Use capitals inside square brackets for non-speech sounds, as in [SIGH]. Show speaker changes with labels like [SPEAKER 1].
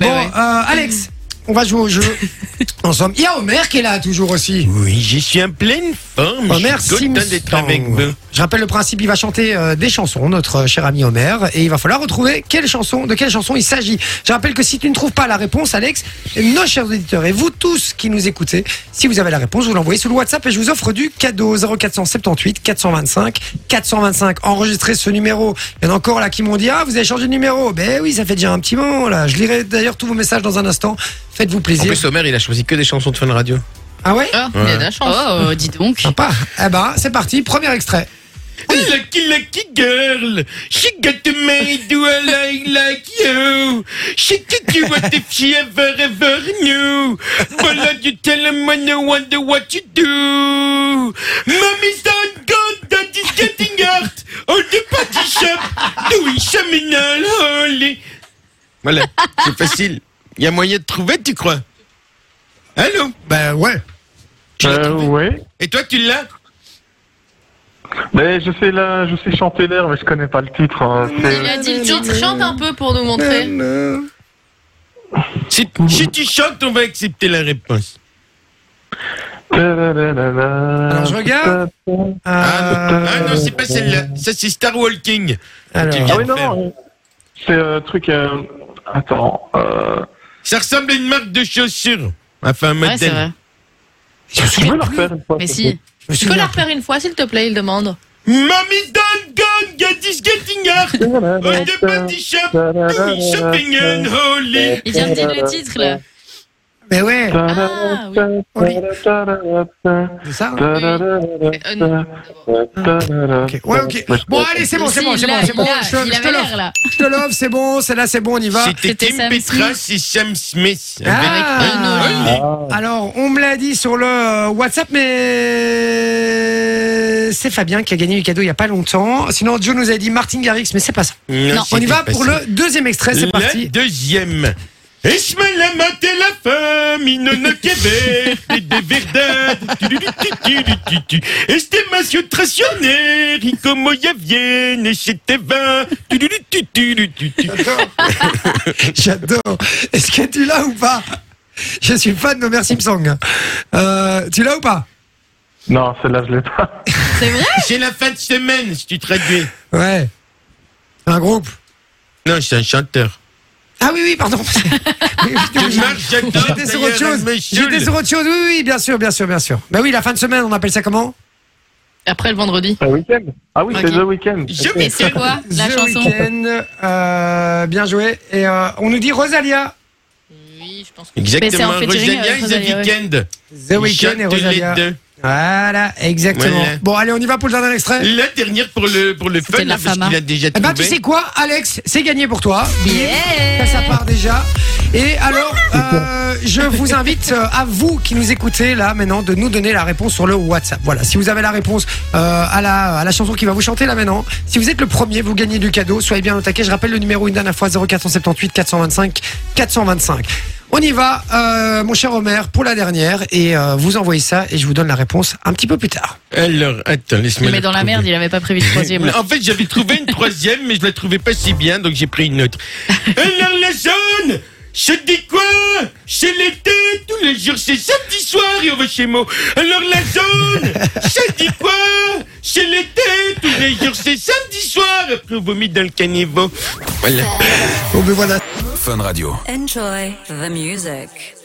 [SPEAKER 1] Bon,
[SPEAKER 2] ouais.
[SPEAKER 1] euh, Alex, on va jouer au jeu ensemble. Il y a Homer qui est là toujours aussi.
[SPEAKER 3] Oui, j'y suis en pleine forme.
[SPEAKER 1] Homer
[SPEAKER 3] je suis content d'être
[SPEAKER 1] Simpson.
[SPEAKER 3] avec vous.
[SPEAKER 1] Je rappelle le principe, il va chanter euh, des chansons, notre euh, cher ami Homer, et il va falloir retrouver quelle chanson, de quelle chanson il s'agit. Je rappelle que si tu ne trouves pas la réponse, Alex, nos chers auditeurs et vous tous qui nous écoutez, si vous avez la réponse, vous l'envoyez sous le WhatsApp et je vous offre du cadeau 0478 425 425. Enregistrez ce numéro. Il y en a encore là qui m'ont dit ah vous avez changé de numéro. Ben oui, ça fait déjà un petit moment là. Je lirai d'ailleurs tous vos messages dans un instant. Faites-vous
[SPEAKER 3] En
[SPEAKER 1] plaisir.
[SPEAKER 3] plus, Homer, il a choisi que des chansons de fun radio.
[SPEAKER 1] Ah ouais,
[SPEAKER 2] Ah, il a de la chance.
[SPEAKER 4] Oh, dis donc.
[SPEAKER 1] sympa. Eh ben c'est parti. Premier extrait.
[SPEAKER 3] Lucky, lucky girl, she got a maid who I like, like you. She could do what if she ever, ever knew. But like you tell him when you wonder what you do. Mommy's done gone, daddy's getting hurt. On the party shop, doing shaman holy. Voilà, c'est facile. Il y a moyen de trouver, tu crois Allô
[SPEAKER 1] Ben ouais.
[SPEAKER 3] Tu l'as
[SPEAKER 5] Euh,
[SPEAKER 3] trouvé
[SPEAKER 5] ouais.
[SPEAKER 3] Et toi, tu l'as
[SPEAKER 5] Mais je sais là, je sais chanter l'air, mais je connais pas le titre. hein.
[SPEAKER 2] Il
[SPEAKER 5] C'est-
[SPEAKER 2] a dit le titre, chante hein. un peu pour nous montrer.
[SPEAKER 3] si, si tu chantes, on va accepter la réponse.
[SPEAKER 5] Alors
[SPEAKER 1] je regarde.
[SPEAKER 3] Ah non,
[SPEAKER 1] Euh,
[SPEAKER 3] ah non, c'est pas celle-là. Ça, c'est Star Walking.
[SPEAKER 1] alors.
[SPEAKER 3] Tu viens
[SPEAKER 5] Ah oui
[SPEAKER 3] de
[SPEAKER 5] non,
[SPEAKER 3] faire.
[SPEAKER 5] non. C'est euh, truc. euh, Attends. Euh...
[SPEAKER 3] Ça ressemble à une marque de chaussures. Enfin, un
[SPEAKER 4] Ouais,
[SPEAKER 3] modèle.
[SPEAKER 4] c'est
[SPEAKER 1] Je me
[SPEAKER 4] vrai.
[SPEAKER 5] Tu peux
[SPEAKER 1] souviens
[SPEAKER 5] la refaire une fois
[SPEAKER 4] Mais si.
[SPEAKER 5] s'il
[SPEAKER 1] je me
[SPEAKER 2] Tu peux
[SPEAKER 1] souviens
[SPEAKER 2] la refaire une fois, s'il te plaît, il demande.
[SPEAKER 3] Mommy's done gone, Gaddy's getting hurt.
[SPEAKER 4] [LAUGHS]
[SPEAKER 5] te
[SPEAKER 3] Oh,
[SPEAKER 5] plaît
[SPEAKER 3] the
[SPEAKER 5] euh,
[SPEAKER 3] party shop, doing shopping and holy.
[SPEAKER 4] Il vient de dire le titre, là.
[SPEAKER 1] Mais ouais,
[SPEAKER 4] Ah,
[SPEAKER 1] oui. c'est ça. hein
[SPEAKER 2] Euh, non.
[SPEAKER 1] Ok, Ouais, ok. Bon, allez, c'est bon, c'est bon,
[SPEAKER 4] Si,
[SPEAKER 1] c'est
[SPEAKER 4] il
[SPEAKER 1] bon,
[SPEAKER 4] a-
[SPEAKER 1] c'est bon.
[SPEAKER 4] il a-
[SPEAKER 1] Je
[SPEAKER 4] Il
[SPEAKER 1] je te
[SPEAKER 4] avait l'air,
[SPEAKER 1] l'offre,
[SPEAKER 4] là.
[SPEAKER 1] je te l'offre, c'est bon, c'est là, c'est bon, on y va.
[SPEAKER 3] C'était
[SPEAKER 4] C'était
[SPEAKER 3] Kim
[SPEAKER 4] Sam
[SPEAKER 3] Petras et Sam Smith. Avec
[SPEAKER 1] Ah.
[SPEAKER 3] Holy.
[SPEAKER 1] Alors, on me l'a dit sur le euh, WhatsApp, mais c'est Fabien qui a gagné du cadeau il y a pas longtemps. Sinon, Joe nous a dit Martin Garrix, mais c'est pas ça.
[SPEAKER 3] Non,
[SPEAKER 1] On y va
[SPEAKER 3] c'était
[SPEAKER 1] pour
[SPEAKER 3] pas
[SPEAKER 1] le deuxième extrait, Ah,
[SPEAKER 3] ça.
[SPEAKER 1] c'est
[SPEAKER 3] Le
[SPEAKER 1] parti.
[SPEAKER 3] deuxième. Ich will la maté la femme, il ne n'a qu'à ver, [LAUGHS] et des verdades. Tu, tu, tu, tu, tu, tu, tu. Este masio trationnaire, il como ya vienne, et c'était vin. Tu, tu, tu, tu, tu, tu, tu.
[SPEAKER 1] J'adore. Est-ce que tu l'as ou pas Je suis fan de Merci Song. Euh, tu l'as ou pas
[SPEAKER 5] Non, celle-là je
[SPEAKER 1] [LAUGHS]
[SPEAKER 5] l'ai pas.
[SPEAKER 2] C'est vrai
[SPEAKER 3] C'est la fin de semaine, si tu traduis.
[SPEAKER 1] Ouais. Un groupe.
[SPEAKER 3] Non, c'est un chanteur.
[SPEAKER 1] Ah oui, [LAUGHS] oui, pardon. Oui, oui, oui.
[SPEAKER 3] Marc Jacquard,
[SPEAKER 1] Ah, J'étais sur autre chose.
[SPEAKER 3] Michel.
[SPEAKER 1] J'étais sur autre chose. Oui, oui, bien sûr, bien sûr, bien sûr. Bah oui, la fin de semaine, on appelle ça comment
[SPEAKER 4] Après le vendredi.
[SPEAKER 5] Un week-end. Ah oui,
[SPEAKER 4] Ok.
[SPEAKER 5] c'est The Weeknd.
[SPEAKER 3] Je
[SPEAKER 5] Ok.
[SPEAKER 4] Mais c'est quoi, la
[SPEAKER 1] The
[SPEAKER 4] chanson
[SPEAKER 1] Weeknd. euh, bien joué. Et euh, on nous dit Rosalia.
[SPEAKER 4] Oui, je pense que Mais c'est
[SPEAKER 3] Exactement,
[SPEAKER 4] en featuring
[SPEAKER 3] Rosalia
[SPEAKER 4] avec
[SPEAKER 3] et The
[SPEAKER 4] Rosalia, ouais.
[SPEAKER 3] Weeknd.
[SPEAKER 1] The Weeknd et
[SPEAKER 3] Ils chantent
[SPEAKER 1] Rosalia.
[SPEAKER 3] les deux.
[SPEAKER 1] Voilà, exactement.
[SPEAKER 3] Voilà.
[SPEAKER 1] Bon, allez, on y va pour le dernier extrait.
[SPEAKER 3] La dernière pour le, pour le
[SPEAKER 4] C'était
[SPEAKER 3] fun,
[SPEAKER 4] la
[SPEAKER 3] là, parce
[SPEAKER 4] femme,
[SPEAKER 3] qu'il
[SPEAKER 4] hein.
[SPEAKER 3] a déjà
[SPEAKER 1] Eh
[SPEAKER 3] trouvé.
[SPEAKER 1] ben, tu sais quoi, Alex, c'est gagné pour toi. Bim. Ça,
[SPEAKER 4] Yeah
[SPEAKER 1] ça part déjà. Et alors, euh, je vous invite euh, à vous qui nous écoutez là maintenant de nous donner la réponse sur le WhatsApp. Voilà, si vous avez la réponse euh, à, la, à la chanson qui va vous chanter là maintenant, si vous êtes le premier, vous gagnez du cadeau. Soyez bien au taquet. Je rappelle le numéro une dernière fois 0478 425 425. On y va, euh, mon cher Omer, pour la dernière. Et euh, vous envoyez ça et je vous donne la réponse un petit peu plus tard.
[SPEAKER 3] Alors, attends, hein, laisse-moi.
[SPEAKER 4] Mais dans la merde, il avait pas prévu le troisième. là.
[SPEAKER 3] En fait, j'avais trouvé une troisième, mais je la trouvais pas si bien, donc j'ai pris une
[SPEAKER 4] [LAUGHS]
[SPEAKER 3] autre. Alors, la zone Je te dis quoi C'est l'été, tous les jours, c'est samedi soir, et on va chez moi. Alors, la zone Je te dis quoi C'est l'été, tous les jours, c'est samedi soir, après on vomit dans le caniveau. Voilà.
[SPEAKER 1] Oh, ben voilà.
[SPEAKER 6] Enjoy the music.